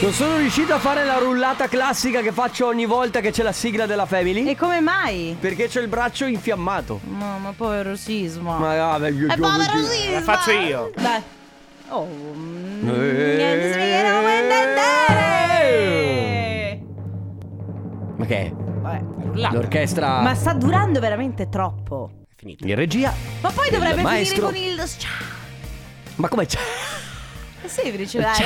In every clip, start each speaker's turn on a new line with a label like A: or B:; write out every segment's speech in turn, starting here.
A: Non sono riuscito a fare la rullata classica che faccio ogni volta che c'è la sigla della Family.
B: E come mai?
A: Perché c'ho il braccio infiammato.
B: Mamma, povero sisma.
A: Ma vabbè, io,
B: È
A: io-
B: povero
A: io-
B: sisma.
C: La faccio io.
B: Dai. Oh. mm,
A: Eh.
B: niente, si vede, non vuoi
C: Eh.
B: intendere.
A: Ma che è?
B: Vabbè.
A: L'orchestra
B: Ma sta durando veramente troppo.
C: È finito.
A: in regia.
B: Ma poi dovrebbe
A: maestro.
B: finire con il. Ciao.
A: Ma come c'è?
B: È semplice, dai. dai.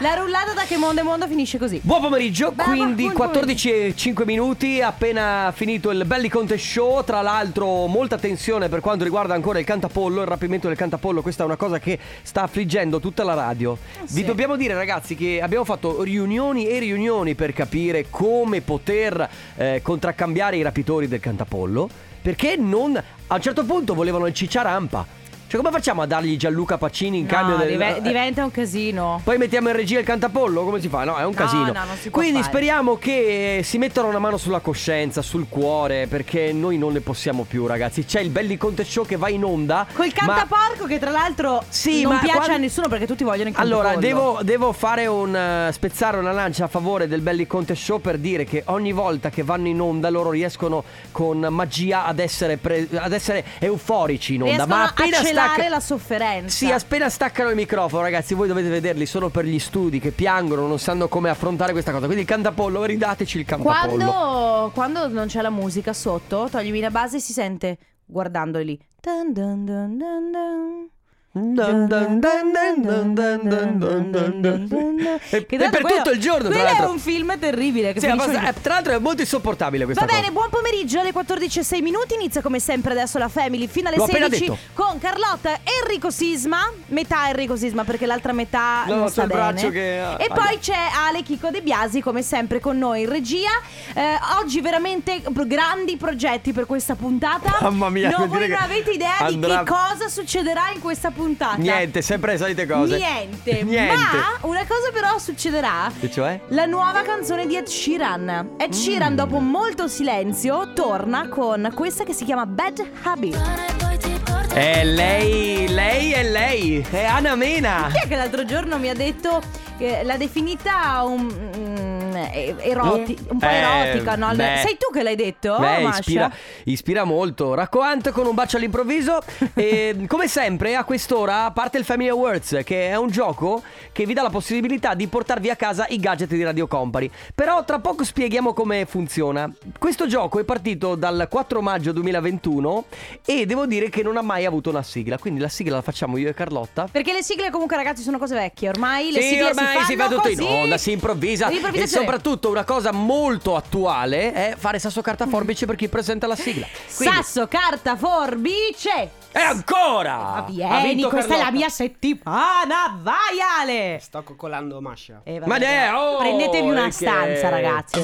B: La rullata da che mondo è mondo finisce così.
A: Buon pomeriggio,
B: Bravo,
A: quindi
B: buon
A: 14 e 5 minuti, appena finito il Belli Conte Show, tra l'altro molta tensione per quanto riguarda ancora il cantapollo, il rapimento del cantapollo, questa è una cosa che sta affliggendo tutta la radio.
B: Ah, sì.
A: Vi dobbiamo dire ragazzi che abbiamo fatto riunioni e riunioni per capire come poter eh, contraccambiare i rapitori del cantapollo, perché non a un certo punto volevano il cicciarampa. Cioè come facciamo a dargli Gianluca Pacini in
B: No,
A: cambio del...
B: dive-
A: eh,
B: diventa un casino.
A: poi mettiamo in regia il cantapollo, come si fa? No, è un
B: No,
A: casino.
B: no, non si può
A: Quindi
B: fare.
A: speriamo che si mettano una mano sulla coscienza, sul cuore, perché noi non ne possiamo più, ragazzi. C'è il Belli Conte Show che va in onda.
B: Col
A: ma-
B: cantaporco che tra l'altro
A: Sì,
B: non
A: ma
B: piace
A: quando-
B: a nessuno perché tutti vogliono il
A: Allora,
B: cantaporco.
A: devo, devo fare un eh, spezzare una lancia a favore del Belli Conte Show per dire che ogni volta che vanno in onda loro riescono con magia ad essere, pre- ad essere euforici in onda.
B: Riescono
A: ma
B: a
A: appena
B: celare
A: stacca-
B: la sofferenza.
A: Sì, appena staccano il microfono, ragazzi, voi dovete vederli solo per gli studi che piangono, non sanno come affrontare questa cosa. Quindi il cantapollo, ridateci il cantapollo.
B: Quando, quando non c'è la musica sotto, toglimi la base e si sente guardando lì. Dun dun dun dun dun.
A: Dun dun dun dun dun dun dun dun dun dun. E,
B: Che
A: e
B: tra
A: per
B: l'altro
A: tutto il giorno, tra
B: quello
A: l'altro.
B: è un film terribile che
A: Sì, la
B: finisce
A: cosa-
B: ogni-
A: eh, tra l'altro è molto insopportabile questa
B: Va bene,
A: cosa.
B: buon pomeriggio alle 14.06 minuti. Inizia come sempre adesso la Family fino alle
A: L'ho appena
B: 16
A: detto.
B: con Carlotta Enrico Sisma. Metà Enrico Sisma perché l'altra metà
A: No,
B: non
A: c'è
B: sta
A: il
B: bene.
A: braccio che- ah,
B: E
A: vabbè.
B: poi c'è Ale Chico De Biasi come sempre con noi in regia. Eh, oggi veramente pro- grandi progetti per questa puntata.
A: Mamma mia,
B: No,
A: vuol
B: voi
A: dire
B: non
A: che
B: avete idea
A: andrà-
B: di che cosa succederà in questa puntata.
A: Niente, sempre le solite cose.
B: Niente.
A: Niente.
B: Ma una cosa però succederà.
A: E cioè?
B: La nuova canzone di Ed Sheeran.
A: Mm.
B: Ed Sheeran, dopo molto silenzio, torna con questa che si chiama Bad Habit.
A: È lei, lei è lei, è Anna Mena.
B: Chi è che l'altro giorno mi ha detto che l'ha definita un. mm, e- eroti- un po'
A: Eh,
B: erotica, no?
A: beh.
B: Sei tu che l'hai detto?
A: Beh,
B: Masha?
A: ispira, ispira molto. Raccoanto con un bacio all'improvviso. e come sempre, a quest'ora parte il Family Awards, che è un gioco che vi dà la possibilità di portarvi a casa i gadget di Radio Company. Però tra poco spieghiamo come funziona. Questo gioco è partito dal 4 maggio 2021 e devo dire che non ha mai avuto una sigla. Quindi la sigla la facciamo io e Carlotta.
B: Perché le sigle comunque ragazzi sono cose vecchie ormai, le
A: sì,
B: sigle
A: ormai
B: si,
A: si fa
B: fanno
A: tutto in
B: così.
A: onda, si improvvisa. E
B: L'improvvisazione.
A: soprattutto una cosa molto attuale è fare sasso carta forbice per chi presenta la sigla. Quindi-
B: Sasso, carta, forbice.
A: E ancora!
B: Ma
A: Ah, Ha
B: Ah, vieni,
A: vinto
B: questa è la
A: Carlotta.
B: mia settimana, vai Ale!
C: Sto coccolando Masha.
B: Eh, vabbè,
A: Ma ne-
B: dai.
A: oh,
B: Prendetevi una
A: che-
B: stanza, ragazzi.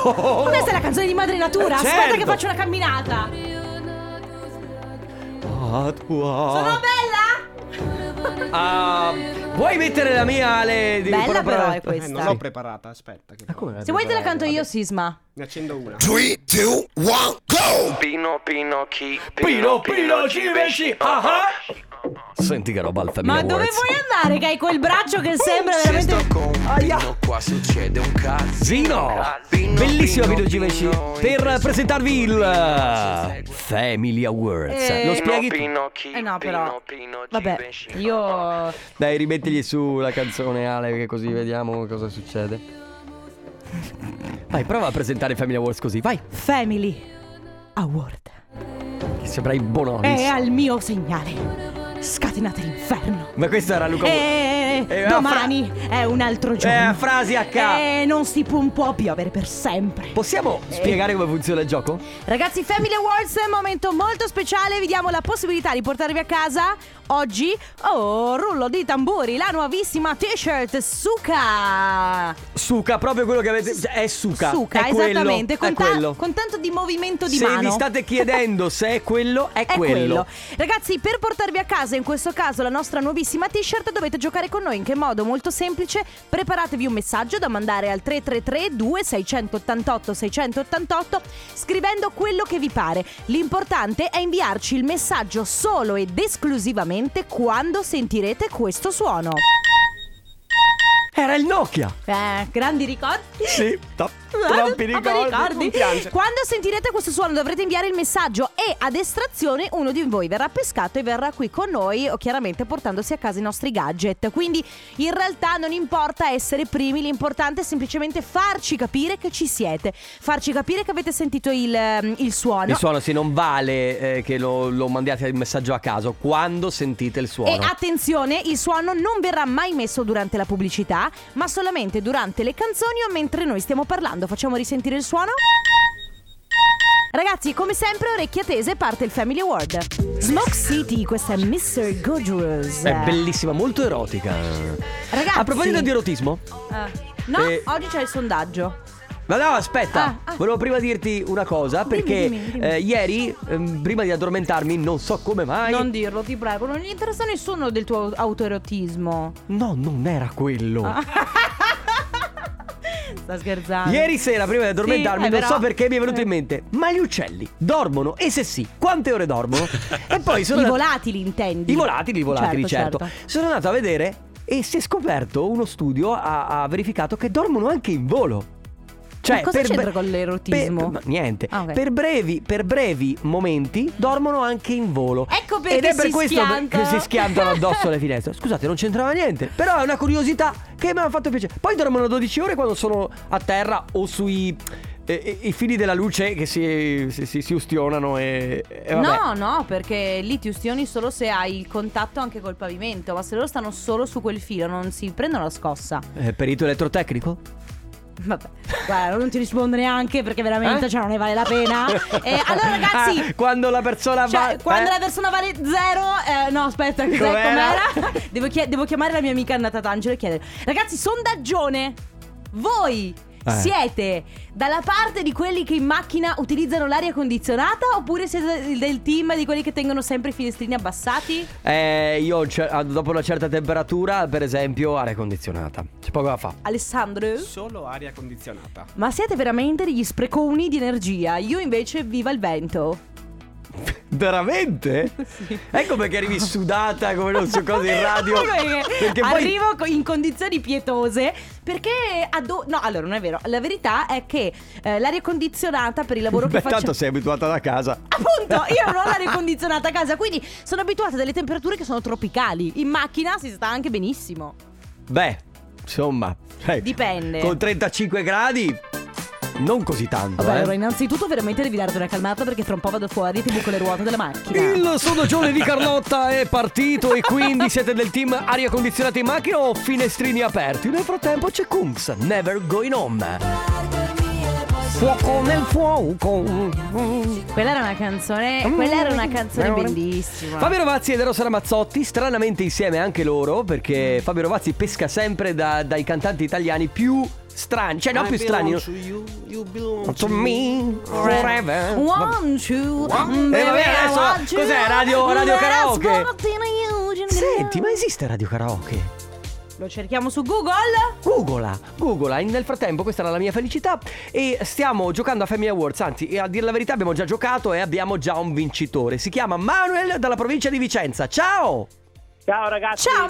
A: Oh, oh, oh.
B: Questa è la canzone di Madre Natura.
A: Eh,
B: Aspetta
A: certo.
B: che faccio una camminata.
A: Ah, tua.
B: Sono bella?
A: Ah, vuoi mettere la mia Ale? di-
B: Bella però è
C: Eh, non
B: questa.
C: l'ho preparata, aspetta. Che
A: Ma Ah, come?
B: Se vuoi te la canto io, Sisma.
C: Ne accendo una.
D: Pino Pinocchi
A: Pino, Pino, Civeci, ah ah. Senti che roba al Family
B: Ma dove
A: Awards.
B: vuoi andare? Che hai quel braccio che sembra
D: Se sto
B: veramente.
D: con Pino qua succede un
A: Zino!
D: casino Pino,
A: Bellissimo
D: Pino,
A: video Givenchy
D: Pino,
A: per
D: in
A: presentarvi
D: questo
A: il
D: mondo.
A: Family Awards.
B: Eh.
A: Lo
D: Pino,
A: spieghi? tu?
D: Pinocchi,
B: Eh
D: Pino,
B: no, però.
D: Pino,
B: Vabbè,
D: Givenchy.
B: io.
A: Dai, rimettigli su la canzone Ale che così vediamo cosa succede. Vai, prova a presentare Family Awards così, vai.
B: Family Award.
A: Che sembra i Bonolis.
B: È al mio segnale. Scatenate l'inferno.
A: Ma questo era Luca
B: E
A: Eh, una
B: domani è un altro giorno.
A: Eh, frasi a ca-
B: E non si può un po' piovere per sempre.
A: Possiamo
B: Eh.
A: spiegare come funziona il gioco?
B: Ragazzi, Family Awards è un momento molto speciale. Vi diamo la possibilità di portarvi a casa oggi. Oh, rullo di tamburi, la nuovissima t-shirt Suka.
A: Suca, proprio quello che avete. cioè, È suca.
B: Suka,
A: è quello,
B: esattamente.
A: È
B: Con, ta-
A: quello.
B: con tanto di movimento di
A: se
B: mano.
A: vi state chiedendo se è quello, è,
B: È quello. Ragazzi, per portarvi a casa, in questo caso la nostra nuovissima t-shirt, dovete giocare con noi. In che modo? Molto semplice. Preparatevi un messaggio da mandare al 333-2688-688 scrivendo quello che vi pare. L'importante è inviarci il messaggio solo ed esclusivamente quando sentirete questo suono.
A: Era il Nokia.
B: Eh, grandi ricordi.
A: Sì, to- troppi ricordi.
B: Ah, ricordi.
A: Non piange.
B: Quando sentirete questo suono dovrete inviare il messaggio e ad estrazione uno di voi verrà pescato e verrà qui con noi, o chiaramente portandosi a casa i nostri gadget. Quindi in realtà non importa essere primi, l'importante è semplicemente farci capire che ci siete, farci capire che avete sentito il, ehm, il suono.
A: Il suono sì, non vale eh, che lo, lo mandiate il messaggio a caso. Quando sentite il suono.
B: E attenzione, il suono non verrà mai messo durante la pubblicità, ma solamente durante le canzoni o mentre noi stiamo parlando. Facciamo risentire il suono. Ragazzi, come sempre, orecchie tese, parte il Family Award. Smoke City, questa è Mr. Gojurus.
A: È bellissima, molto erotica.
B: Ragazzi.
A: A proposito di erotismo.
B: Eh, no,
A: Eh.
B: oggi c'è il sondaggio.
A: Ma no, aspetta,
B: Ah, ah.
A: volevo prima dirti una cosa
B: Dimmi,
A: perché
B: dimmi, dimmi.
A: eh, ieri, ehm, prima di addormentarmi, non so come mai...
B: Non dirlo, ti prego, non gli interessa nessuno del tuo autoerotismo.
A: No, non era quello.
B: Ah. Sta scherzando.
A: Ieri sera, prima di addormentarmi,
B: Sì, eh,
A: non
B: però-
A: so perché mi è venuto
B: eh.
A: in mente, ma gli uccelli dormono? E se sì, quante ore dormono? e poi sono...
B: I
A: andato-
B: volatili, intendi?
A: I volatili, i volatili, certo.
B: Certo,
A: Sono andato a vedere e si è scoperto, uno studio ha, ha verificato che dormono anche in volo. Cioè,
B: Ma cosa c'entra con l'erotismo?
A: per- ma niente.
B: Ah, ok.
A: per, brevi, per brevi momenti dormono anche in volo.
B: Ecco perché
A: Ed è per
B: si
A: questo
B: schiantano.
A: che si schiantano addosso alle finestre. Scusate, non c'entrava niente. Però è una curiosità che mi ha fatto piacere. Poi dormono 12 ore quando sono a terra o sui. eh, I fili della luce che si, si, si- si ustionano e, e eh, vabbè.
B: No, no, perché lì ti ustioni solo se hai il contatto anche col pavimento, ma se loro stanno solo su quel filo non si prendono la scossa.
A: Eh, perito elettrotecnico?
B: Vabbè, guarda, non ti rispondo neanche perché veramente
A: Eh?
B: cioè, non ne vale la pena. Eh, allora ragazzi...
A: Ah, quando la persona va
B: Cioè, quando
A: eh?
B: la persona vale zero, eh, no, aspetta, cos'è, com'era?
A: Com'era?
B: devo, chia- devo chiamare la mia amica Anna Tatangelo e chiedere: Ragazzi, sondaggione, voi
A: Eh.
B: siete dalla parte di quelli che in macchina utilizzano l'aria condizionata oppure siete del- del team di quelli che tengono sempre i finestrini abbassati?
A: Eh, io cer- ah, dopo una certa temperatura, per esempio, aria condizionata. C'è poco da fa.
B: Alessandro?
C: Solo aria condizionata.
B: Ma siete veramente degli spreconi di energia. Io invece viva il vento.
A: Veramente?
B: Sì.
A: Ecco perché arrivi sudata come non so cosa in radio.
B: Ecco perché
A: perché poi
B: arrivo co- in condizioni pietose perché addo- no allora non è vero la verità è che eh, l'aria condizionata per il lavoro
A: Beh,
B: che faccio
A: tanto sei abituata da casa.
B: appunto io non ho l'aria condizionata a casa quindi sono abituata a delle temperature che sono tropicali in macchina si sta anche benissimo
A: Beh, insomma, sai,
B: Dipende.
A: Con 35 gradi non così tanto,
B: vabbè
A: eh.
B: allora innanzitutto veramente devi darti una calmata perché tra un po' vado fuori e ti buco le ruote della macchina
A: Il sondaggione di Carlotta è partito e quindi siete del team aria condizionata in macchina o finestrini aperti? Nel frattempo c'è Kungs, Never Going Home. Fuoco nel fuoco.
B: quella era una canzone quella era
A: Mm.
B: una canzone bellissima
A: Fabio Rovazzi ed Eros Ramazzotti, stranamente insieme anche loro, perché Fabio Rovazzi pesca sempre da- dai cantanti italiani più strani, cioè no
C: I
A: più strani.
C: belong to you, you belong
A: To
C: to
A: me
C: me.
A: forever.
B: One, two,
A: Eh,
B: baby,
A: vabbè,
B: I
A: adesso
B: want you.
A: cos'è, radio- radio
B: Let us
A: karaoke?
B: walk in you,
A: Senti, ma esiste Radio Karaoke?
B: Lo cerchiamo su Google?
A: Googola, Googola, nel frattempo questa era la mia felicità e stiamo giocando a Family Awards, anzi e a dire la verità abbiamo già giocato e abbiamo già un vincitore, si chiama Manuel dalla provincia di Vicenza, ciao!
E: Ciao ragazzi.
B: Ciao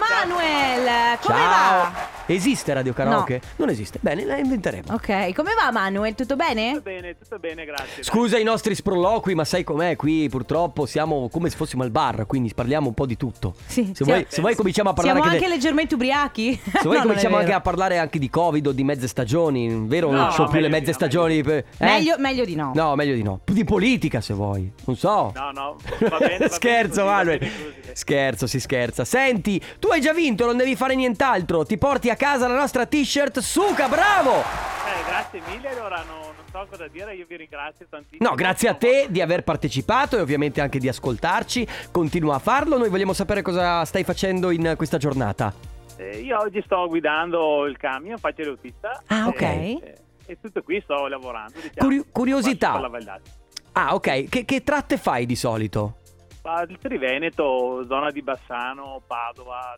B: Manuel, come
A: ciao!
B: va?
A: Esiste Radio Karaoke? Non esiste, bene, la inventeremo.
B: Ok, come va Manuel? Tutto bene?
E: Tutto bene, tutto bene, grazie.
A: Scusa i nostri sproloqui, ma sai com'è qui? Purtroppo siamo come se fossimo al bar, quindi parliamo un po' di tutto.
B: Sì,
A: se,
B: siamo-
A: vuoi, se vuoi cominciamo a parlare
B: Cioè, Siamo anche
A: anche de-
B: leggermente ubriachi.
A: Se vuoi
B: No, non è
A: cominciamo anche
B: vero.
A: a parlare anche di Covid o di mezze stagioni, vero? non
E: No,
A: c'ho più le
E: meglio
A: mezze
E: di no,
A: stagioni. per- eh?
B: Meglio, meglio di no.
A: No, meglio di no. Di politica se vuoi, non so.
E: No, no, va bene, va bene
A: Scherzo,
E: così, va
A: Manuel.
E: bene così.
A: Scherzo, si scherza. Senti, tu hai già vinto, non devi fare nient'altro. Ti porti a casa la nostra t-shirt Suca, bravo!
E: Eh, grazie mille, allora no- non so cosa dire, io vi ringrazio tantissimo.
A: No, grazie a te di aver partecipato e ovviamente anche di ascoltarci. Continua a farlo. Noi vogliamo sapere cosa stai facendo in questa giornata.
E: Eh, io oggi sto guidando il camion, faccio l'autista.
B: Ah, ok.
E: E, e- e tutto qui sto lavorando, diciamo.
A: Curio- curiosità.
E: Faccio per la Valdatta.
A: Ah, ok. Che, che tratte fai di solito?
E: Ma il Triveneto, zona di Bassano, Padova,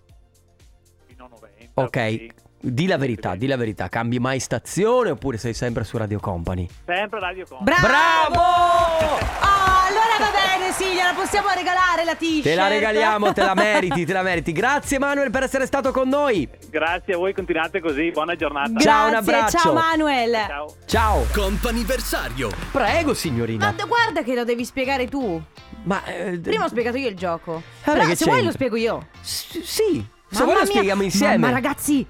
E: fino a 90.
A: Ok.
E: così.
A: Di la verità, di la verità. Cambi mai stazione oppure sei sempre su Radio Company?
E: Sempre Radio Company.
B: Bravo!
A: Bravo!
B: Oh, Allora va bene, Silvia, la possiamo regalare la t-shirt.
A: Te la regaliamo, te la meriti, te la meriti. Grazie Manuel per essere stato con noi.
E: Grazie a voi, continuate così, buona giornata.
A: Gra- Ciao, un
B: Grazie,
A: abbraccio.
B: Ciao Manuel.
E: Ciao.
A: Ciao.
F: Comp'anniversario
A: Prego
B: Ma
A: signorina.
B: d- guarda che lo devi spiegare tu.
A: Ma eh, d-
B: Prima ho spiegato io il gioco.
A: Vabbè,
B: Però
A: che
B: se vuoi
A: c'entra?
B: lo spiego io.
A: S- sì. Se
B: Mamma
A: vuoi lo
B: mia,
A: spieghiamo insieme.
B: Mamma ragazzi.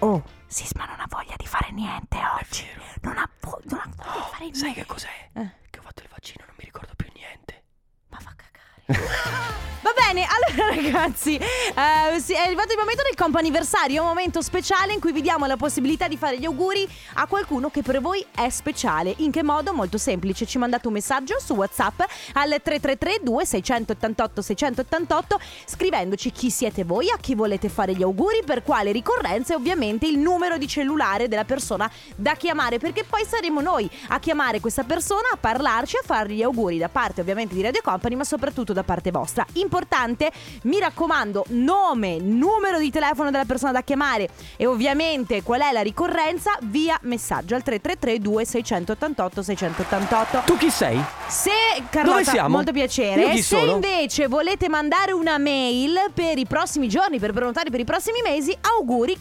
B: Oh, Sisma non ha voglia di fare niente oggi. Non ha, vo- non ha voglia di fare niente.
A: Sai che cos'è?
B: Eh.
A: Che ho fatto il vaccino, non mi ricordo più niente.
B: Ma fa cagare. Va bene, allora ragazzi, eh, sì, è arrivato il momento del comp'anniversario, un momento speciale in cui vi diamo la possibilità di fare gli auguri a qualcuno che per voi è speciale. In che modo? Molto semplice, ci mandate un messaggio su WhatsApp al 333 2688 688 scrivendoci chi siete voi, a chi volete fare gli auguri, per quale ricorrenza e ovviamente il numero di cellulare della persona da chiamare perché poi saremo noi a chiamare questa persona, a parlarci, a fargli gli auguri da parte ovviamente di Radio Company ma soprattutto da parte vostra. Importante, mi raccomando, nome, numero di telefono della persona da chiamare e ovviamente qual è la ricorrenza via messaggio al 333 2688 688.
A: Tu chi sei?
B: Se Carlotta,
A: Dove siamo?
B: molto
A: Io
B: piacere.
A: chi
B: Se
A: sono?
B: invece volete mandare una mail per i prossimi giorni, per prenotare per i prossimi mesi, auguri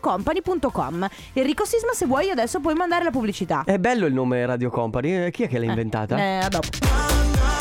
B: chiocciolaradiocompany.com. Enrico Sisma, se vuoi adesso puoi mandare la pubblicità.
A: È bello il nome Radio Company. eh, Chi è che l'ha inventata?
B: Eh, a dopo.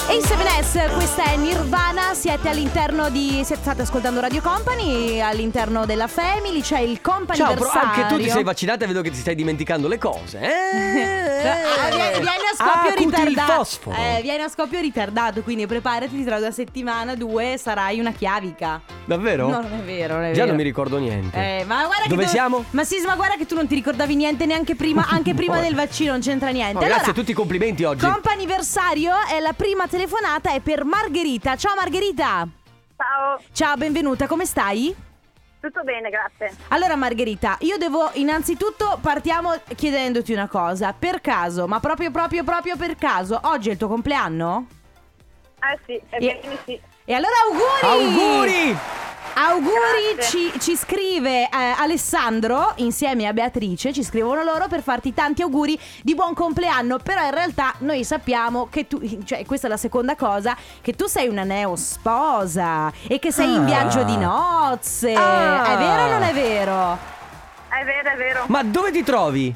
B: E in 7S, questa è Nirvana, siete all'interno di. siete- state ascoltando Radio Company, all'interno della Family, c'è il company
A: Ciao, però anche tu ti sei vaccinata e vedo che ti stai dimenticando le cose.
B: Ah,
A: Eh?
B: vieni, vieni a scoppio
A: Acuti il
B: ritardato.
A: fosforo.
B: Eh, vieni a scoppio ritardato, quindi preparati tra una settimana, due sarai una chiavica.
A: Davvero?
B: No, non è vero, non è
A: Già
B: vero.
A: non mi ricordo niente.
B: Eh, ma guarda che
A: Dove
B: tu-
A: siamo?
B: Ma Sisma, guarda che tu non ti ricordavi niente neanche prima, anche prima del vaccino, non c'entra niente.
A: Oh, grazie
B: Allora,
A: a tutti i complimenti oggi.
B: Comp'anniversario e la prima telefonata è per Margherita. Ciao Margherita.
G: Ciao,
B: Ciao, benvenuta, come stai?
G: tutto bene, grazie.
B: Allora Margherita, io devo innanzitutto partiamo chiedendoti una cosa. Per caso, ma proprio proprio proprio per caso, oggi è il tuo compleanno?
G: Eh sì, è
B: E-
G: bene, sì.
B: E allora auguri!
A: Auguri!
B: Auguri
G: Grazie.
B: ci, ci scrive eh, Alessandro insieme a Beatrice, ci scrivono loro per farti tanti auguri di buon compleanno, però in realtà noi sappiamo che tu, cioè questa è la seconda cosa, che tu sei una neosposa e che sei
A: Ah.
B: in viaggio di nozze,
A: Ah.
B: è vero o non è vero?
G: È vero, è vero.
A: Ma dove ti trovi?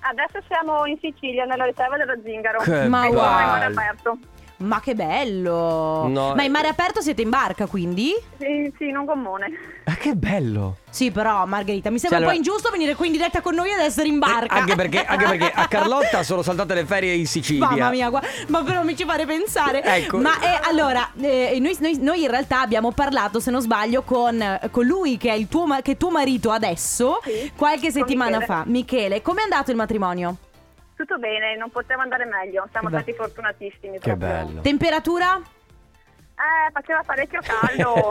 G: Adesso siamo in Sicilia, nella riserva dello Zingaro.
A: Che
B: Ma
G: E
A: bello.
G: siamo in mare
B: bello.
G: aperto.
B: Ma che bello!
A: No,
B: Ma
A: eh.
B: in mare aperto siete in barca quindi?
G: Sì, sì, in un gommone.
A: Ah, che bello!
B: Sì però Margherita, mi sembra
A: Sì, allora-
B: un po' ingiusto venire qui in diretta con noi ed essere in
A: Eh,
B: barca.
A: Anche perché, anche perché a Carlotta sono saltate le ferie in Sicilia.
B: Mamma mia, gua- ma però mi ci pare pensare.
A: Ecco.
B: Ma eh, allora, eh, noi, noi- noi in realtà abbiamo parlato, se non sbaglio, con eh, colui che è il tuo, ma- che è tuo marito adesso,
G: Sì,
B: qualche
G: con
B: settimana
G: Michele.
B: fa. Michele, com'è andato il matrimonio?
G: Tutto bene, non poteva andare meglio. Siamo
B: Che be-
G: stati fortunatissimi.
A: Che
G: proprio.
A: bello.
B: Temperatura?
G: Eh, faceva parecchio caldo,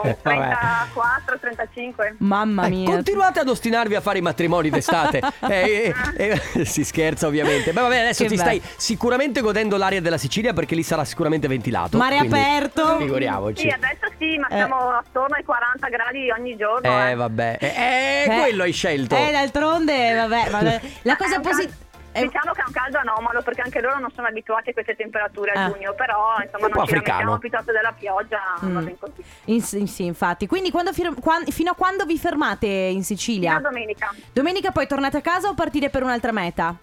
A: Vabbè.
G: 34, 35.
B: Mamma
A: Eh,
B: mia.
A: continuate ad ostinarvi a fare i matrimoni d'estate. Eh, eh, eh, si scherza ovviamente. Ma vabbè, adesso
B: Che
A: ti
B: bello.
A: stai sicuramente godendo l'aria della Sicilia perché lì sarà sicuramente ventilato.
B: Mare
A: quindi
B: aperto.
A: Figuriamoci.
G: Sì, adesso sì, ma siamo attorno ai 40 gradi ogni giorno.
A: Eh vabbè, eh, eh, quello hai scelto.
B: Eh, d'altronde, vabbè, vabbè. La cosa eh,
G: È un cal-
B: positiva.
G: Diciamo che è un caldo anomalo perché anche loro non sono abituati a queste temperature a
B: Ah.
G: giugno, però insomma
A: Un po'
G: non ci
A: africano.
G: lamentiamo piuttosto della pioggia, va bene così.
B: sì, infatti. Quindi quando fir- quan- fino a quando vi fermate in Sicilia?
G: Una domenica.
B: Domenica poi tornate a casa o partite per un'altra meta?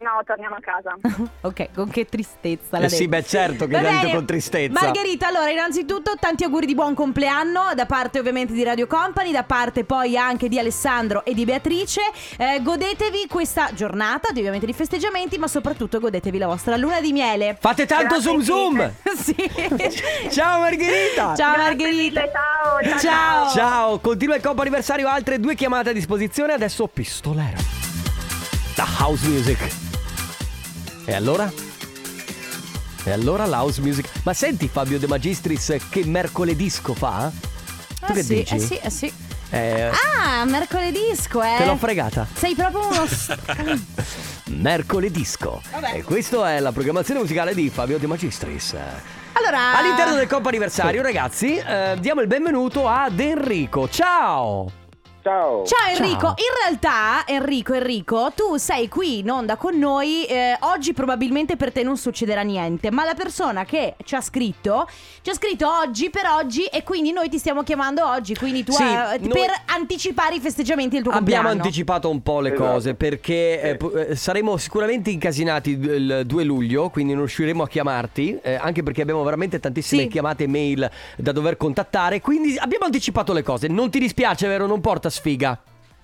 G: No, torniamo a casa.
B: Ok, con che tristezza la
A: Eh sì, beh, certo che l'ha detto con tristezza.
B: Margherita, allora, innanzitutto tanti auguri di buon compleanno da parte ovviamente di Radio Company, da parte poi anche di Alessandro e di Beatrice. Eh, godetevi questa giornata, di- ovviamente di festeggiamenti, ma soprattutto godetevi la vostra luna di miele.
A: Fate tanto
G: Grazie
A: zoom zoom.
B: sì.
A: Ciao
B: Ciao
A: Margherita.
G: Grazie
B: Margherita.
G: mille, ciao, ciao,
B: Ciao.
A: Ciao, continua il compo anniversario, altre due chiamate a disposizione, adesso pistolero. La house music. E allora? E allora la house music. Ma senti Fabio De Magistris che mercoledisco fa? Tu
B: Eh
A: che
B: sì,
A: dici?
B: eh sì, eh sì.
A: Eh,
B: Ah, mercoledisco, eh.
A: Te l'ho fregata.
B: Sei proprio uno s-
A: Mercoledisco.
B: Vabbè.
A: E questa è la programmazione musicale di Fabio De Magistris.
B: Ah. Allora,
A: All'interno del compo anniversario, ragazzi, eh, diamo il benvenuto ad Enrico. Ciao!
F: ciao.
B: Ciao Enrico,
A: Ciao.
B: in realtà Enrico, Enrico, tu sei qui in onda con noi, eh, oggi probabilmente per te non succederà niente, ma la persona che ci ha scritto, ci ha scritto oggi per oggi e quindi noi ti stiamo chiamando oggi, quindi tu
A: Sì,
B: eh,
A: noi-
B: per anticipare i festeggiamenti del tuo
A: Abbiamo
B: compleanno.
A: anticipato un po' le
F: Esatto.
A: cose perché eh,
F: Sì.
A: pu- eh, saremo sicuramente incasinati il 2 luglio, quindi non riusciremo a chiamarti, eh, anche perché abbiamo veramente tantissime
B: Sì.
A: chiamate e mail da dover contattare, quindi abbiamo anticipato le cose. Non ti dispiace, vero? Non porta sfiga.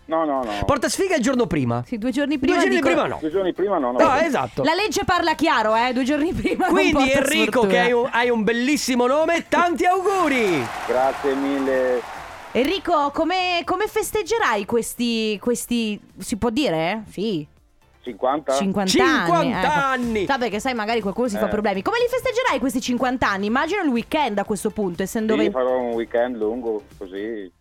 F: No, no, no.
A: Porta sfiga il giorno prima.
B: Sì, due giorni prima.
A: Due giorni
B: dico-
A: prima no.
F: Due giorni prima no, no.
A: No, esatto.
B: La legge parla chiaro, eh, due giorni prima. non
A: Quindi
B: porta
A: Enrico,
B: sfortuna.
A: che hai un, hai un bellissimo nome, tanti auguri!
F: Ah, Grazie mille.
B: Enrico, come, come festeggerai questi, questi, si può dire? eh? Sì.
F: 50?
B: 50,
A: 50
B: anni. ecco.
A: anni.
B: Vabbè che sai, magari qualcuno si fa
F: Eh.
B: problemi. Come li festeggerai questi 50 anni? Immagino il weekend a questo punto, essendo...
F: Sì,
B: ve-
F: farò un weekend lungo così.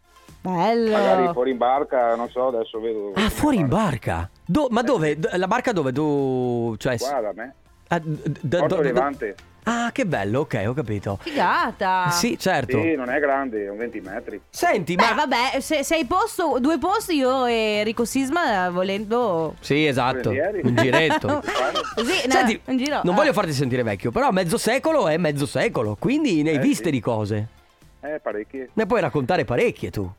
F: Magari
B: Bello.
F: fuori in barca, non so, adesso vedo.
A: Eh. Ah,
F: come
A: fuori in
F: fare.
A: barca? Do- ma dove?
F: Eh.
A: D- la barca dove? Tu... Cioè... s-
F: Qua da me.
A: ah, d- d- d-
F: Porto
A: do-
F: Levante.
A: Ah, che bello, ok, ho capito.
B: Figata.
A: Sì, certo.
F: Sì, non è grande, è un 20 metri.
A: Senti,
B: Beh,
A: ma...
B: Eh, vabbè, se, se hai posto, due posti, io e Enrico Sisma eh, volendo...
A: Sì, esatto.
F: Volentieri.
A: Un giretto.
B: Così, no,
A: Senti,
B: un giro.
A: non
B: Ah.
A: voglio farti sentire vecchio, però mezzo secolo è mezzo secolo, quindi ne hai
F: Eh,
A: viste
F: sì.
A: di cose.
F: Eh, parecchie.
A: Ne puoi raccontare parecchie tu.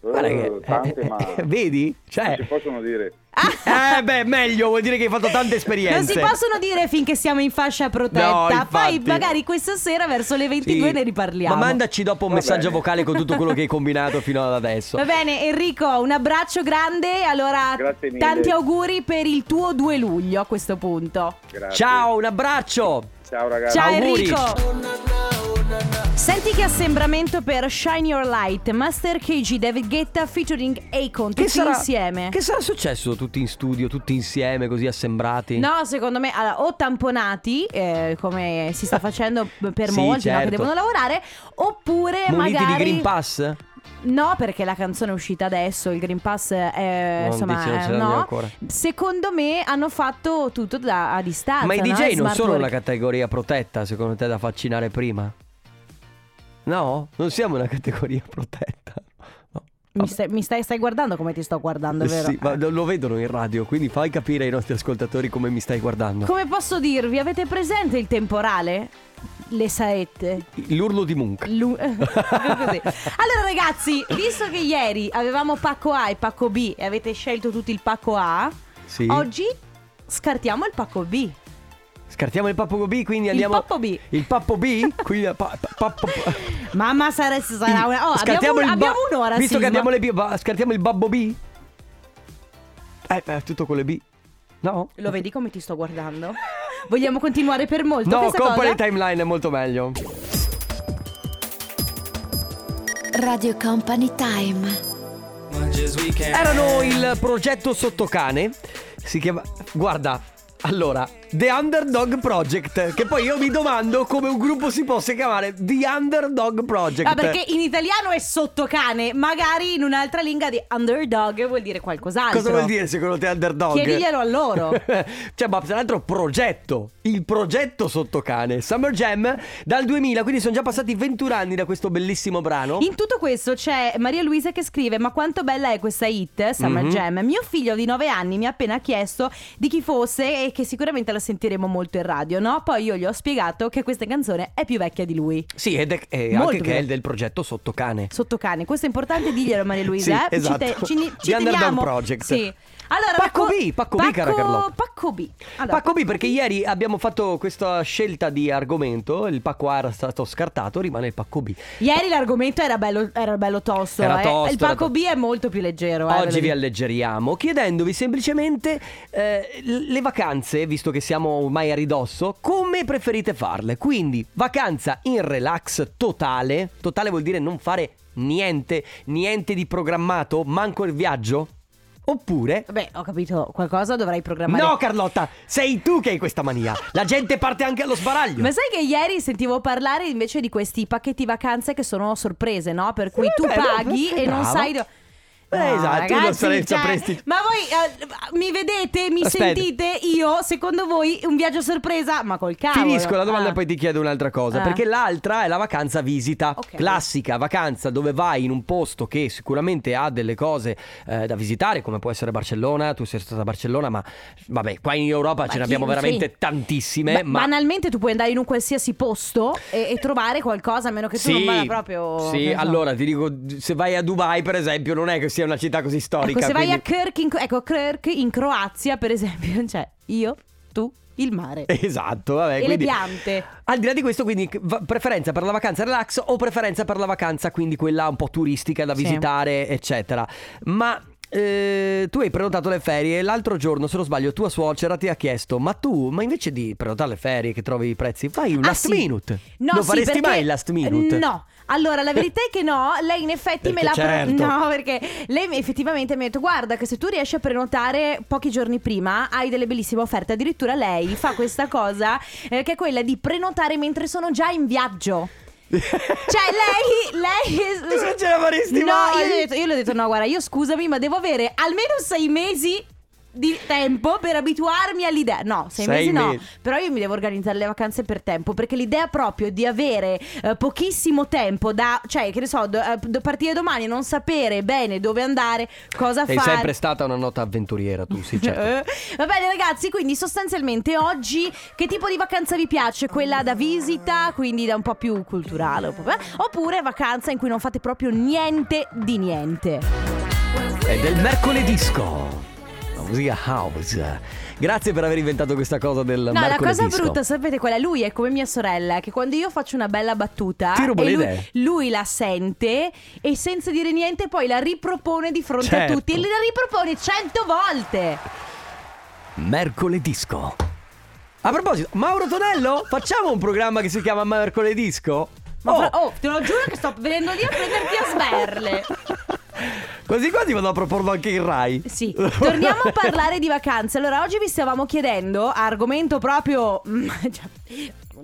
A: Guarda che-
F: Eh, tante, ma non
A: Vedi? Cioè...
F: si possono dire.
A: Eh beh, meglio, vuol dire che hai fatto tante esperienze.
B: Non si possono dire finché siamo in fascia
A: No,
B: protetta.
A: infatti.
B: Poi magari questa sera verso le 22
A: Sì.
B: ne riparliamo.
A: Ma mandaci dopo un
F: Va
A: messaggio
F: bene.
A: vocale con tutto quello che hai combinato fino ad adesso.
B: Va bene, Enrico, un abbraccio grande. Allora,
F: Grazie mille.
B: tanti auguri per il tuo 2 luglio a questo punto.
F: Grazie.
A: Ciao, un abbraccio.
F: Ciao ragazzi.
B: Ciao
A: auguri.
B: Enrico. Senti che assembramento per Shine Your Light, Master KG, David Guetta featuring Akon, tutti insieme.
A: Che sarà successo tutti in studio, tutti insieme, così assembrati?
B: No, secondo me allora, o tamponati, eh, come si sta facendo per
A: Sì,
B: molti no, che
A: certo.
B: devono lavorare, oppure
A: Muniti
B: eh, magari...
A: di Green Pass?
B: No, perché la canzone è uscita adesso, il Green Pass è...
A: Non
B: insomma,
A: dice, non
B: eh,
A: ce l'abbiamo
B: no.
A: ancora.
B: Secondo me hanno fatto tutto da- a distanza.
A: Ma i
B: no?
A: DJ non
B: Smart
A: sono
B: work.
A: una categoria protetta, secondo te, da vaccinare prima? No? Non siamo una categoria protetta. No. Eh
B: Mi, stai, mi stai- stai guardando come ti sto guardando, vero?
A: Sì, ma lo vedono in radio, quindi fai capire ai nostri ascoltatori come mi stai guardando.
B: Come posso dirvi, avete presente il temporale? Le saette.
A: L'urlo di Munch.
B: Lu- Così. Allora ragazzi, visto che ieri avevamo pacco A e pacco B e avete scelto tutti il pacco A,
A: Sì.
B: oggi scartiamo il pacco B.
A: Scartiamo il pappo B, quindi andiamo.
B: Il pappo B.
A: Il pappo B? Quindi pa- pa- pappo-
B: Mamma sarà, sarà
A: Il-
B: una... Oh, abbiamo,
A: scartiamo
B: un-
A: il ba-
B: abbiamo un'ora.
A: Visto
B: Sisma.
A: che abbiamo le B, ba- scartiamo il babbo B? Eh, beh, tutto con le B. No?
B: Lo vedi come ti sto guardando? Vogliamo continuare per molto
A: No,
B: questa cosa?
A: compare il timeline è molto meglio.
H: Radio Company Time.
A: Erano il progetto Sottocane. Si chiama. Guarda. Allora, The Underdog Project. Che poi io mi domando come un gruppo si possa chiamare The Underdog Project.
B: Ah, perché in italiano è sottocane, magari in un'altra lingua di underdog vuol dire qualcos'altro.
A: Cosa vuol dire secondo te underdog?
B: Chiediglielo a loro.
A: cioè, ma tra l'altro progetto, il progetto Sottocane, Summer Jam dal 2000, quindi sono già passati 21 anni da questo bellissimo brano.
B: In tutto questo c'è Maria Luisa che scrive: Ma quanto bella è questa hit, Summer
A: Mhm.
B: Jam? Mio figlio di 9 anni mi ha appena chiesto di chi fosse e che sicuramente la sentiremo molto in radio, no? Poi io gli ho spiegato che questa canzone è più vecchia di lui.
A: Sì, ed è, è
B: Molto
A: anche che è
B: bello.
A: del progetto Sottocane.
B: Sottocane, questo è importante diglielo a Maria Luisa.
A: Sì,
B: eh?
A: esatto.
B: Ci, te- ci,
A: The
B: ci
A: Underdog
B: teniamo.
A: Project.
B: Sì. Allora,
A: Pacco
B: racco-
A: B, Pacco B, cara Carlotta.
B: Pacco B. Allora,
A: Pacco B, perché ieri abbiamo fatto questa scelta di argomento, il pacco A era stato scartato, rimane il pacco B.
B: Ieri l'argomento era bello, era bello tosto.
A: Era
B: eh.
A: tosto,
B: Il
A: era
B: pacco
A: to-
B: B è molto più leggero. eh, ve lo
A: Oggi vi
B: dico.
A: alleggeriamo chiedendovi semplicemente eh, le vacanze, visto che siamo ormai a ridosso, come preferite farle? Quindi vacanza in relax totale, totale vuol dire non fare niente, niente di programmato, manco il viaggio? Oppure...
B: Vabbè, ho capito, qualcosa dovrai programmare.
A: No Carlotta, sei tu che hai questa mania, la gente parte anche allo sbaraglio.
B: Ma sai che ieri sentivo parlare invece di questi pacchetti vacanze che sono sorprese, no? Per cui
A: Eh,
B: tu
A: beh,
B: paghi
A: beh,
B: e non
A: brava.
B: sai. do-
A: Eh,
B: No,
A: esatto,
B: ragazzi,
A: non sarei-
B: cioè,
A: sapresti-
B: Ma voi eh, mi vedete, mi
A: Aspetta.
B: sentite? Io, secondo voi, un viaggio sorpresa? Ma col cavolo.
A: Finisco la domanda
B: Ah.
A: e poi ti chiedo un'altra cosa.
B: Ah.
A: Perché l'altra è la vacanza visita.
B: Ok.
A: Classica vacanza dove vai in un posto che sicuramente ha delle cose eh, da visitare, come può essere Barcellona. Tu sei stata a Barcellona, ma vabbè, qua in Europa
B: Ma
A: ce ne
B: chi-
A: abbiamo veramente
B: sì.
A: tantissime.
B: Ba-
A: ma
B: Banalmente tu puoi andare in un qualsiasi posto e, e trovare qualcosa, a meno che tu non vada proprio... che
A: Sì,
B: ne so.
A: allora ti dico, se vai a Dubai, per esempio, non è che sia una città così storica.
B: Ecco, se vai
A: quindi-
B: a Kirk in, ecco, Kirk in Croazia, per esempio, c'è io, tu, il mare.
A: Esatto, vabbè.
B: E le
A: quindi-
B: piante.
A: Al di là di questo, quindi va- preferenza per la vacanza relax o preferenza per la vacanza, quindi quella un po' turistica da
B: Sì.
A: visitare, eccetera. Ma eh, tu hai prenotato le ferie e l'altro giorno, se non sbaglio, tua suocera ti ha chiesto: Ma tu, ma invece di prenotare le ferie che trovi i prezzi, fai un
B: Ah,
A: last
B: sì.
A: minute?
B: No,
A: non
B: sì,
A: faresti
B: perché-
A: mai il last minute?
B: No. Allora, la verità è che no, lei in effetti me
A: Perché
B: l'ha
A: certo.
B: No, perché lei mi- effettivamente mi ha detto "Guarda che se tu riesci a prenotare pochi giorni prima hai delle bellissime offerte". Addirittura lei fa questa cosa eh, che è quella di prenotare mentre sono già in viaggio. Cioè, lei, lei
A: Tu non ce la faresti
B: no,
A: mai.
B: io le ho detto, io le ho detto, no, guarda, io scusami, ma devo avere almeno sei mesi di tempo per abituarmi all'idea. No, sei,
A: Sei
B: mesi no.
A: mesi.
B: Però io mi devo organizzare le vacanze per tempo, perché l'idea proprio di avere eh, pochissimo tempo da, cioè, che ne so, do- eh, do- partire domani e non sapere bene dove andare, cosa
A: Sei
B: fare.
A: sempre stata una nota avventuriera, tu, sì, certo.
B: Eh, Va bene ragazzi, quindi sostanzialmente oggi che tipo di vacanza vi piace? Quella da visita, quindi da un po' più culturale, un po' più- oppure vacanza in cui non fate proprio niente di niente?
A: È del mercoledisco. La musica house. Grazie per aver inventato questa cosa del
B: No, la
A: mercoledisco.
B: cosa brutta, sapete qual è? Lui è come mia sorella, che quando io faccio una bella battuta,
A: Ti rubo
B: e
A: le
B: lui,
A: idee.
B: lui la sente e senza dire niente poi la ripropone di fronte
A: Certo.
B: a tutti e la ripropone cento volte.
A: Mercoledisco. A proposito, Mauro Tonello, facciamo un programma che si chiama Mercoledisco?
B: Ma fra- oh, te lo giuro che sto venendo lì a prenderti a sberle.
A: Quasi quasi vado a proporlo anche in Rai.
B: oh. Sì, torniamo a parlare di vacanze. Allora, oggi vi stavamo chiedendo, argomento proprio. mm, cioè,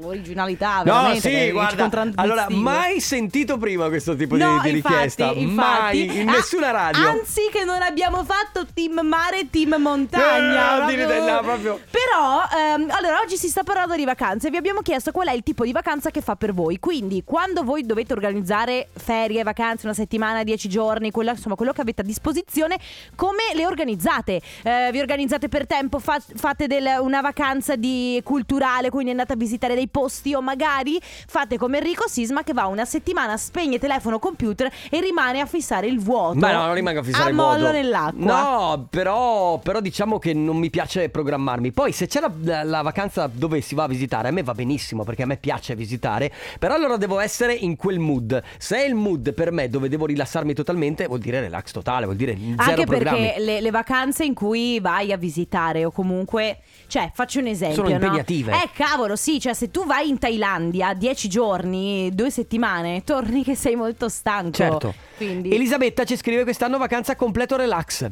B: Originalità,
A: No,
B: veramente. che-
A: sì,
B: che ci
A: guarda.
B: contraddistingue.
A: Allora, mai sentito prima questo tipo di-
B: No,
A: di,
B: infatti,
A: richiesta.
B: infatti.
A: Mai, in
B: Ah,
A: nessuna radio.
B: Anzi, che non abbiamo fatto team mare, team montagna.
A: Eh, no,
B: proprio-
A: dire- no, proprio.
B: Però, ehm, allora, oggi si sta parlando di vacanze. Vi abbiamo chiesto qual è il tipo di vacanza che fa per voi. Quindi, quando voi dovete organizzare ferie, vacanze, una settimana, dieci giorni, quello, insomma, quello che avete a disposizione, come le organizzate? Eh, vi organizzate per tempo? Fa- fate del- una vacanza di culturale, quindi andate a visitare dei posti o magari fate come Enrico Sisma che va una settimana, spegne telefono, computer e rimane a fissare il vuoto.
A: Ma no, non rimango a fissare
B: a
A: il modo.
B: mollo Ah, nell'acqua.
A: No, però, però diciamo che non mi piace programmarmi. Poi se c'è la, la- la vacanza dove si va a visitare, a me va benissimo perché a me piace visitare, però allora devo essere in quel mood. Se è il mood per me dove devo rilassarmi totalmente, vuol dire relax totale, vuol dire zero
B: Anche
A: programmi.
B: perché le, le vacanze in cui vai a visitare o comunque, cioè faccio un esempio.
A: Sono
B: no?
A: impegnative.
B: Eh cavolo sì, cioè se tu vai in Thailandia dieci giorni, due settimane, torni che sei molto stanco.
A: Certo.
B: Quindi...
A: Elisabetta ci scrive quest'anno vacanza completo relax.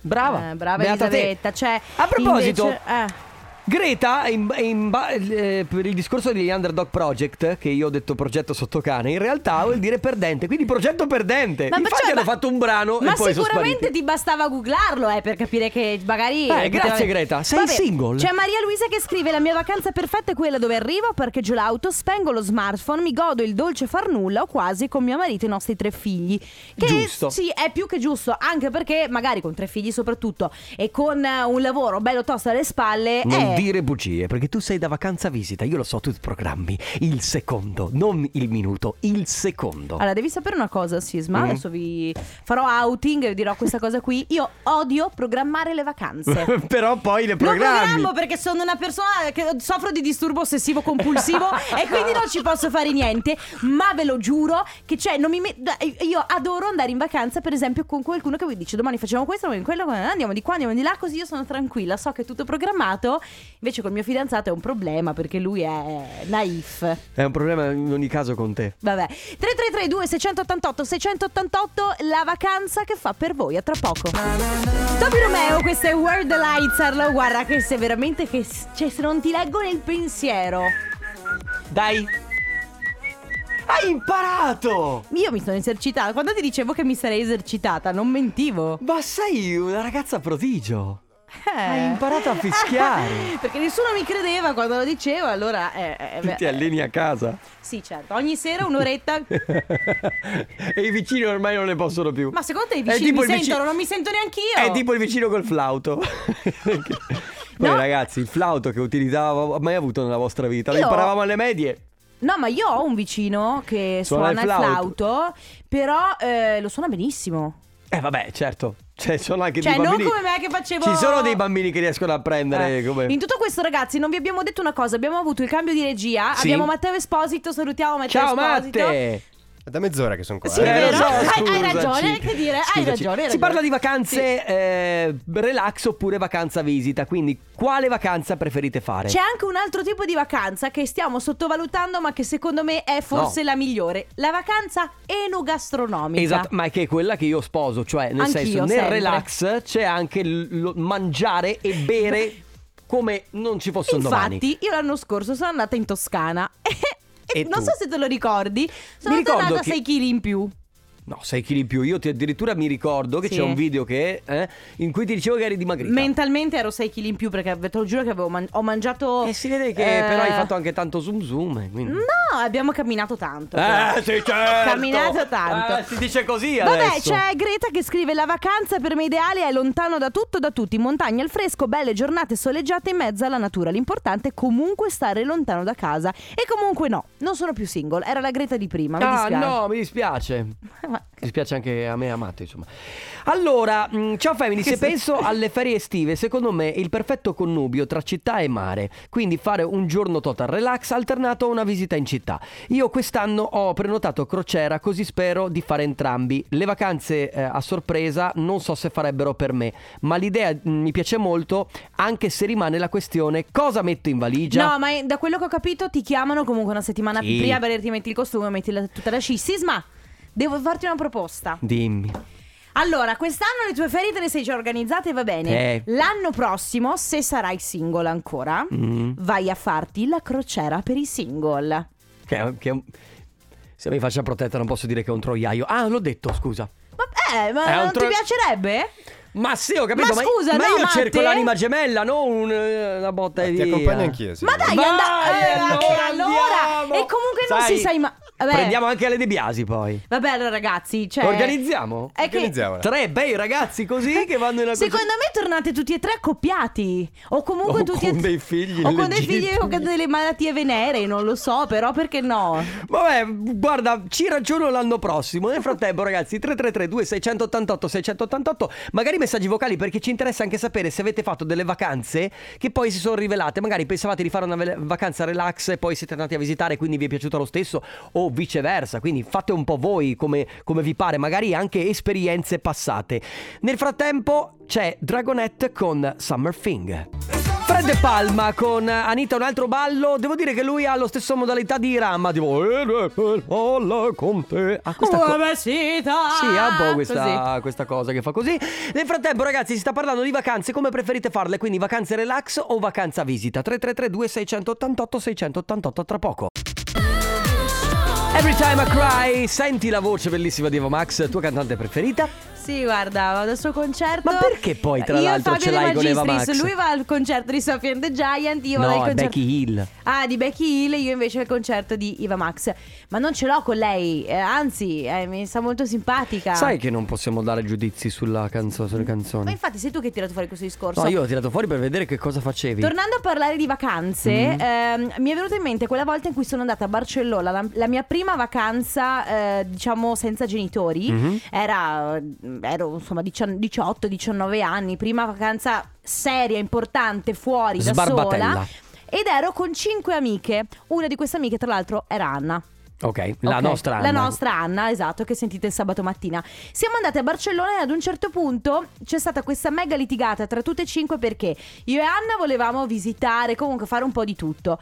A: Brava.
B: Eh, brava
A: Beata te.
B: Elisabetta, cioè,
A: A proposito,
B: invece- eh.
A: Greta, è in- è in ba- eh, per il discorso degli Underdog Project, che io ho detto progetto sotto cane, in realtà vuol dire perdente, quindi progetto perdente. Eh, Infatti
B: cioè,
A: hanno fatto un brano
B: ma
A: e poi sono
B: sicuramente
A: spariti.
B: ti bastava googlarlo eh, per capire che magari.
A: Eh,
B: poteva-
A: grazie, Greta. Sei single?
B: C'è Maria Luisa che scrive: La mia vacanza perfetta è quella dove arrivo, parcheggio l'auto, spengo lo smartphone, mi godo il dolce far nulla o quasi con mio marito e i nostri tre figli. Che
A: Giusto.
B: sì, è più che giusto, anche perché magari con tre figli soprattutto e con eh, un lavoro bello tosto alle spalle.
A: Non
B: eh,
A: dire bugie, perché tu sei da vacanza visita, io lo so, tu programmi il secondo, non il minuto, il secondo.
B: Allora, devi sapere una cosa, Sisma.
A: Mm-hmm.
B: Adesso vi farò outing e vi dirò questa cosa qui. Io odio programmare le vacanze.
A: Però poi le
B: Non
A: programmi.
B: programmo perché sono una persona che soffro di disturbo ossessivo compulsivo e quindi non ci posso fare niente, ma ve lo giuro che cioè non mi met- io adoro andare in vacanza per esempio con qualcuno che mi dice domani facciamo questo, domani quello, andiamo di qua, andiamo di là, così io sono tranquilla, so che è tutto programmato, invece col mio fidanzato è un problema perché lui è naif.
A: È un problema in ogni caso con te.
B: Vabbè. 3332 688 688 la vacanza che fa per voi, a tra poco. Topi Romeo, questo è World Lights, Arlo. Guarda che se veramente che cioè, se non ti leggo nel pensiero.
A: Dai. Hai imparato!
B: Io mi sono esercitata. Quando ti dicevo che mi sarei esercitata, non mentivo.
A: Ma sei una ragazza prodigio.
B: Eh.
A: Hai imparato a fischiare.
B: Perché nessuno mi credeva quando lo dicevo, allora. eh, eh,
A: Tu
B: beh,
A: ti alleni a casa.
B: Sì, certo. Ogni sera un'oretta.
A: e i vicini ormai non ne possono più.
B: Ma secondo te i
A: È
B: vicini
A: tipo
B: mi
A: il vici-
B: sentono? Non mi sento neanch'io.
A: È tipo il vicino col flauto. Poi
B: No.
A: ragazzi, il flauto che utilizzavamo mai avuto nella vostra vita. Lo
B: Io-
A: imparavamo alle medie.
B: No, ma io ho un vicino che
A: Suona
B: suona,
A: il
B: il
A: flauto.
B: flauto, però eh, lo suona benissimo.
A: Eh vabbè, certo. Cioè, sono anche
B: Cioè,
A: dei
B: non
A: bambini.
B: come me che facevo-
A: Ci sono dei bambini che riescono a prendere
B: Eh.
A: come
B: In tutto questo, ragazzi, non vi abbiamo detto una cosa. Abbiamo avuto il cambio di regia.
A: Sì.
B: Abbiamo Matteo Esposito. Salutiamo Matteo
A: Ciao
B: Esposito.
A: Matte.
I: È da mezz'ora che sono qua.
B: Sì,
I: eh.
B: è
A: Eh,
B: vero.
A: lo so,
B: Hai- hai
A: scusaci.
B: ragione, che dire, hai
A: Scusaci.
B: ragione, hai
A: Si
B: ragione.
A: parla di vacanze eh, relax oppure vacanza visita, quindi quale vacanza preferite fare?
B: C'è anche un altro tipo di vacanza che stiamo sottovalutando, ma che secondo me è forse
A: No.
B: la migliore. La vacanza enogastronomica.
A: Esatto, ma è che è quella che io sposo, cioè nel
B: Anch'io,
A: senso nel
B: sempre.
A: relax c'è anche il lo- mangiare e bere come non ci fosse un domani.
B: Infatti, io l'anno scorso sono andata in Toscana.
A: E
B: non
A: tu?
B: so se te lo ricordi. Sono
A: Mi ricordo
B: tornata
A: che-
B: 6 kg in più.
A: No, 6 kg in più. Io ti addirittura mi ricordo che
B: Sì.
A: c'è un video che, eh, in cui ti dicevo che eri dimagrita.
B: Mentalmente ero 6 kg in più perché ve- te lo giuro che avevo man- ho mangiato.
A: e si vede che
B: eh,
A: però hai fatto anche tanto zoom zoom. eh, Quindi...
B: No, abbiamo camminato tanto. però.
A: Eh, sì, certo.
B: Camminato tanto.
A: Eh, si dice così
B: Vabbè,
A: adesso.
B: c'è Greta che scrive: La vacanza per me ideale è lontano da tutto, da tutti. Montagna al fresco, belle giornate soleggiate in mezzo alla natura. L'importante è comunque stare lontano da casa. E comunque, no, non sono più single. Era la Greta di prima. Mi
A: Ah
B: dispiace.
A: no, mi dispiace.
B: Ma-
A: Mi dispiace anche a me e a Matte, insomma. Allora, mh, ciao Family, se penso alle ferie estive, secondo me il perfetto connubio tra città e mare, quindi fare un giorno total relax alternato a una visita in città. Io quest'anno ho prenotato crociera, così spero di fare entrambi. Le vacanze eh, a sorpresa non so se farebbero per me, ma l'idea mh, mi piace molto, anche se rimane la questione cosa metto in valigia.
B: No, ma eh, da quello che ho capito ti chiamano comunque una settimana
A: Sì.
B: prima per dirti metti il costume, metti la- tutta la sci. Sisma, devo farti una proposta.
A: Dimmi.
B: Allora, quest'anno le tue ferie te le sei già organizzate, va bene.
A: Eh.
B: L'anno prossimo, se sarai single ancora,
A: Mm.
B: vai a farti la crociera per i single.
A: Che è- che è un- Se mi faccia protetta non posso dire che è un troiaio. Ah, l'ho detto, scusa.
B: Vabbè, ma
A: È un
B: non
A: tro-
B: ti piacerebbe?
A: Ma sì, ho capito.
B: Ma scusa, no,
A: io
B: Matte?
A: cerco l'anima gemella, non un, eh, una botta di
I: Ti accompagno anch'io. Sì.
B: Ma dai,
A: Vai,
B: anda- eh,
A: allora
B: che allora!
A: andiamo!
B: E comunque non
A: Sai,
B: si sai mai. Vabbè.
A: Prendiamo anche Ale De Biasi poi.
B: Vabbè, allora ragazzi, cioè...
A: Organizziamo?
B: È che
I: Organizziamola.
A: Tre bei ragazzi così che vanno in una
B: Secondo me tornate tutti e tre accoppiati. O comunque
A: O
B: tutti
A: con
B: e
A: dei figli
B: O con dei
A: illegittimi. Oh,
B: figli o con delle malattie veneree, non lo so, però perché no?
A: Vabbè, guarda, ci ragiono l'anno prossimo. Nel frattempo, ragazzi, 3332 688 688, magari messaggi vocali perché ci interessa anche sapere se avete fatto delle vacanze che poi si sono rivelate. Magari pensavate di fare una vele- vacanza relax e poi siete andati a visitare, quindi vi è piaciuta lo stesso o viceversa. Quindi fate un po' voi come, come vi pare, magari anche esperienze passate. Nel frattempo c'è Dragonette con Summer Thing. Fred De Palma con Anita un altro ballo. Devo dire che lui ha lo stesso modalità di Rama, tipo "Eh, eh, eh, balla con te. Ha questa co-
B: Come si fa?
A: sì, ha un po'
B: Oh, Ah, Così.
A: questa, questa cosa che fa così. Nel frattempo, ragazzi, si sta parlando di vacanze. Come preferite farle? Quindi vacanze relax o vacanza visita? 3332 688 688 tra poco. Every time I cry, senti la voce bellissima di Evo Max, tua cantante preferita.
B: Sì, guarda, vado al suo concerto.
A: Ma perché poi, tra
B: Io e
A: l'altro,
B: Fabio
A: ce
B: De
A: l'hai con Eva
B: Magistris,
A: Max?
B: Lui va al concerto di Sophie and the Giant, io vado
A: no,
B: al
A: è
B: concerto
A: Becky Hill.
B: Ah, di Becky Hill, io invece al concerto di Iva Max. Ma non ce l'ho con lei, eh, anzi, eh, mi sta molto simpatica.
A: Sai che non possiamo dare giudizi sulla canzo- sulle canzoni.
B: Ma infatti sei tu che hai tirato fuori questo discorso.
A: No, io l'ho tirato fuori per vedere che cosa facevi.
B: Tornando a parlare di vacanze,
A: Mm-hmm.
B: ehm, mi è venuta in mente quella volta in cui sono andata a Barcellona, la, la mia prima vacanza, eh, diciamo, senza genitori.
A: Mhm.
B: Era, eh, ero insomma 18-19 anni, prima vacanza seria, importante, fuori da
A: Sbarbatella.
B: sola. Ed ero con cinque amiche. Una di queste amiche, tra l'altro, era Anna.
A: Ok, la
B: Ok,
A: nostra
B: La
A: Anna.
B: nostra Anna, esatto, che sentite sabato mattina. Siamo andate a Barcellona e ad un certo punto c'è stata questa mega litigata tra tutte e cinque perché io e Anna volevamo visitare, comunque fare un po' di tutto.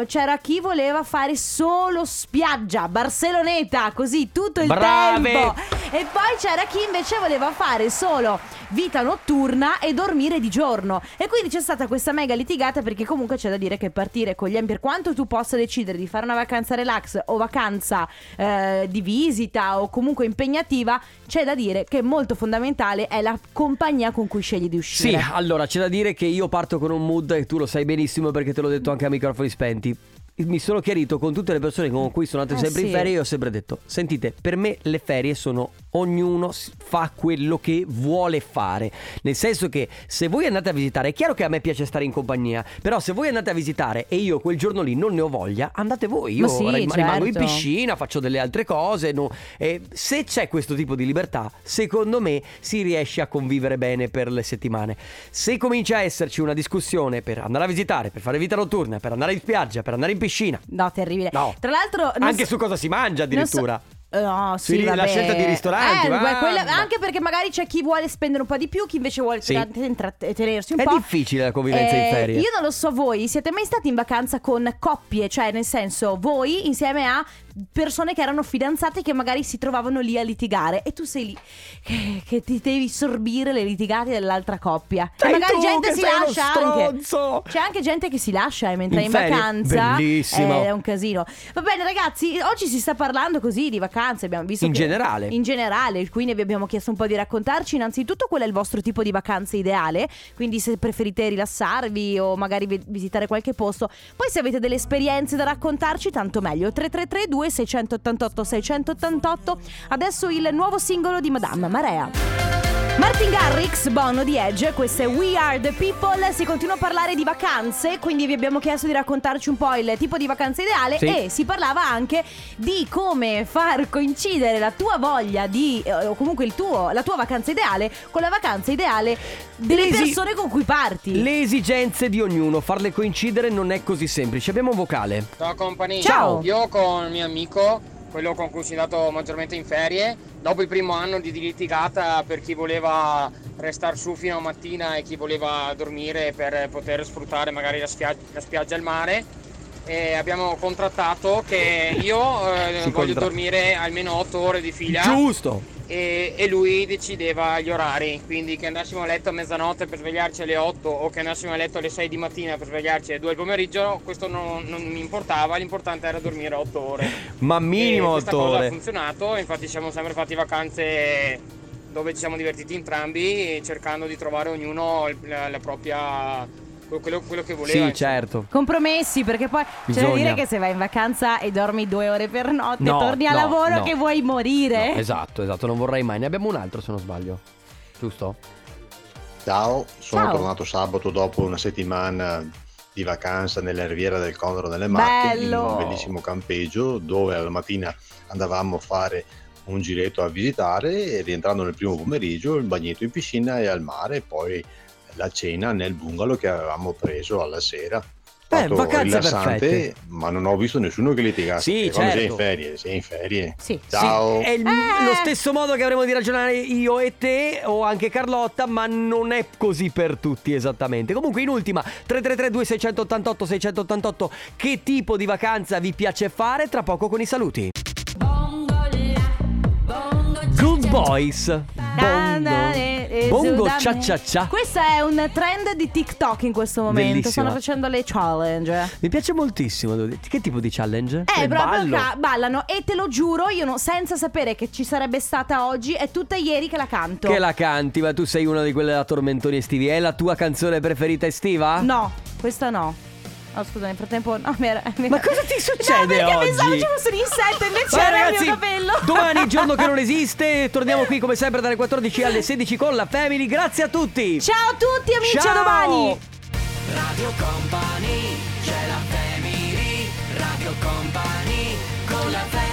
B: Eh, C'era chi voleva fare solo spiaggia, Barceloneta, così tutto il
A: Brave!
B: tempo. E poi c'era chi invece voleva fare solo vita notturna e dormire di giorno. E quindi c'è stata questa mega litigata perché comunque c'è da dire che partire con gli amici, per quanto tu possa decidere di fare una vacanza relax o vacanza vacanza eh, di visita o comunque impegnativa, c'è da dire che molto fondamentale è la compagnia con cui scegli di
A: Sì,
B: uscire.
A: allora c'è da dire che io parto con un mood e tu lo sai benissimo perché te l'ho detto anche a microfoni spenti. Mi sono chiarito con tutte le persone con cui sono andato
B: Eh,
A: sempre in
B: sì.
A: ferie. Io ho sempre detto: Sentite, per me le ferie sono ognuno s- fa quello che vuole fare. Nel senso che se voi andate a visitare, è chiaro che a me piace stare in compagnia, però se voi andate a visitare e io quel giorno lì non ne ho voglia, andate voi. Io
B: Ma sì,
A: rim- rimango in
B: certo.
A: piscina, faccio delle altre cose. no- e se c'è questo tipo di libertà, secondo me si riesce a convivere bene per le settimane. Se comincia a esserci una discussione per andare a visitare, per fare vita notturna, per andare in spiaggia, per andare in piscina,
B: No, terribile.
A: No.
B: Tra l'altro... non
A: anche
B: so-
A: su cosa si mangia
B: non so- Eh,
A: addirittura.
B: No,
A: Sui
B: sì,
A: ri- la
B: vabbè.
A: scelta di ristoranti,
B: Eh,
A: ma-
B: guarda, quella- anche perché magari c'è chi vuole spendere un po' di più, chi invece vuole
A: Sì.
B: tra- tra- tenersi un
A: È
B: po'.
A: difficile la convivenza in
B: Eh,
A: ferie.
B: Io non lo so voi, siete mai stati in vacanza con coppie, cioè nel senso voi insieme a persone che erano fidanzate che magari si trovavano lì a litigare e tu sei lì che, che ti devi sorbire le litigate dell'altra coppia. E
A: Sei
B: magari
A: tu
B: gente
A: che
B: si
A: sei uno
B: lascia
A: stronzo!
B: anche. C'è anche gente che si lascia eh, mentre
A: In
B: è in
A: ferie?
B: vacanza.
A: Bellissimo.
B: Eh, È un casino. Va bene ragazzi, oggi si sta parlando così di vacanze, abbiamo visto
A: In
B: che-
A: generale.
B: In generale, quindi vi abbiamo chiesto un po' di raccontarci innanzitutto qual è il vostro tipo di vacanza ideale, quindi se preferite rilassarvi o magari vi- visitare qualche posto, poi se avete delle esperienze da raccontarci tanto meglio. 3332 688 688. Adesso il nuovo singolo di Madame Marea. Martin Garrix, Bono di Edge, questo è We Are The People, si continua a parlare di vacanze, quindi vi abbiamo chiesto di raccontarci un po' il tipo di vacanza ideale
A: Sì.
B: e si parlava anche di come far coincidere la tua voglia di, eh, o comunque il tuo, la tua vacanza ideale con la vacanza ideale delle
A: Lesi-
B: persone con cui parti.
A: Le esigenze di ognuno, farle coincidere non è così semplice. Abbiamo un vocale.
J: Ciao compagni,
B: Ciao.
J: io con il mio amico, quello con cui sono andato maggiormente in ferie, dopo il primo anno di di litigata per chi voleva restare su fino a mattina e chi voleva dormire per poter sfruttare magari la, spia- la spiaggia e il mare, e abbiamo contrattato che io eh,
A: Si
J: voglio
A: contra-
J: dormire almeno 8 ore di fila
A: Giusto.
J: e, e lui decideva gli orari, quindi che andassimo a letto a mezzanotte per svegliarci alle 8 o che andassimo a letto alle 6 di mattina per svegliarci alle 2 del pomeriggio, questo non, non mi importava, l'importante era dormire 8 ore.
A: Ma
J: E
A: minimo
J: Eh,
A: otto
J: questa cosa ha
A: ore.
J: funzionato, infatti ci siamo sempre fatti vacanze dove ci siamo divertiti entrambi e cercando di trovare ognuno il- la, la propria quello, quello che voleva.
A: Sì,
J: insomma.
A: certo.
B: Compromessi, perché poi c'è da
A: Bisogna.
B: dire che se vai in vacanza e dormi due ore per notte,
A: No,
B: torni a
A: no,
B: lavoro
A: no.
B: che vuoi morire.
A: No, esatto, esatto, non vorrei mai. Ne abbiamo un altro se non sbaglio. Giusto?
K: Ciao, sono
B: Ciao.
K: tornato sabato dopo una settimana di vacanza nella riviera del Condoro nelle Marche, in
B: Bello.
K: un bellissimo campeggio dove alla mattina andavamo a fare un giretto a visitare e rientrando nel primo pomeriggio il bagnetto in piscina e al mare, e poi la cena nel bungalow che avevamo preso alla sera.
A: Beh,
K: Stato
A: vacanze
K: rilassante,
A: perfette.
K: ma non ho visto nessuno che litigasse.
A: Sì,
K: Quando sei
A: certo.
K: in ferie, sei in ferie.
B: Sì.
K: Ciao.
A: Sì, è il-
B: Eh.
A: lo stesso modo che avremo di ragionare io e te o anche Carlotta, ma non è così per tutti esattamente. Comunque in ultima 3332 688 688 che tipo di vacanza vi piace fare tra poco con i saluti. Good Boys.
B: Bongo,
A: Bongo cia cia cia.
B: Questo è un trend di TikTok in questo momento.
A: Bellissima.
B: Stanno facendo le challenge.
A: Mi piace moltissimo, devo dire. Che tipo di challenge?
B: Eh,
A: Del
B: proprio
A: ballo.
B: ca- ballano. E te lo giuro, io no- senza sapere che ci sarebbe stata oggi, è tutta ieri che la canto.
A: Che la canti, ma tu sei una di quelle da tormentoni estivi. È la tua canzone preferita estiva?
B: No, questa no. Oh, scusa, nel frattempo. No, mi era- mi era-
A: Ma cosa ti succede
B: No, perché
A: oggi?
B: pensavo ci fosse un insetto, invece
A: Vai,
B: era
A: ragazzi,
B: il mio capello.
A: Domani, giorno che non esiste, torniamo qui come sempre dalle 14 alle 16 con la Family. Grazie a tutti.
B: Ciao a tutti, amici, a domani.
A: Radio Company, c'è la Family. Radio Company con la Family.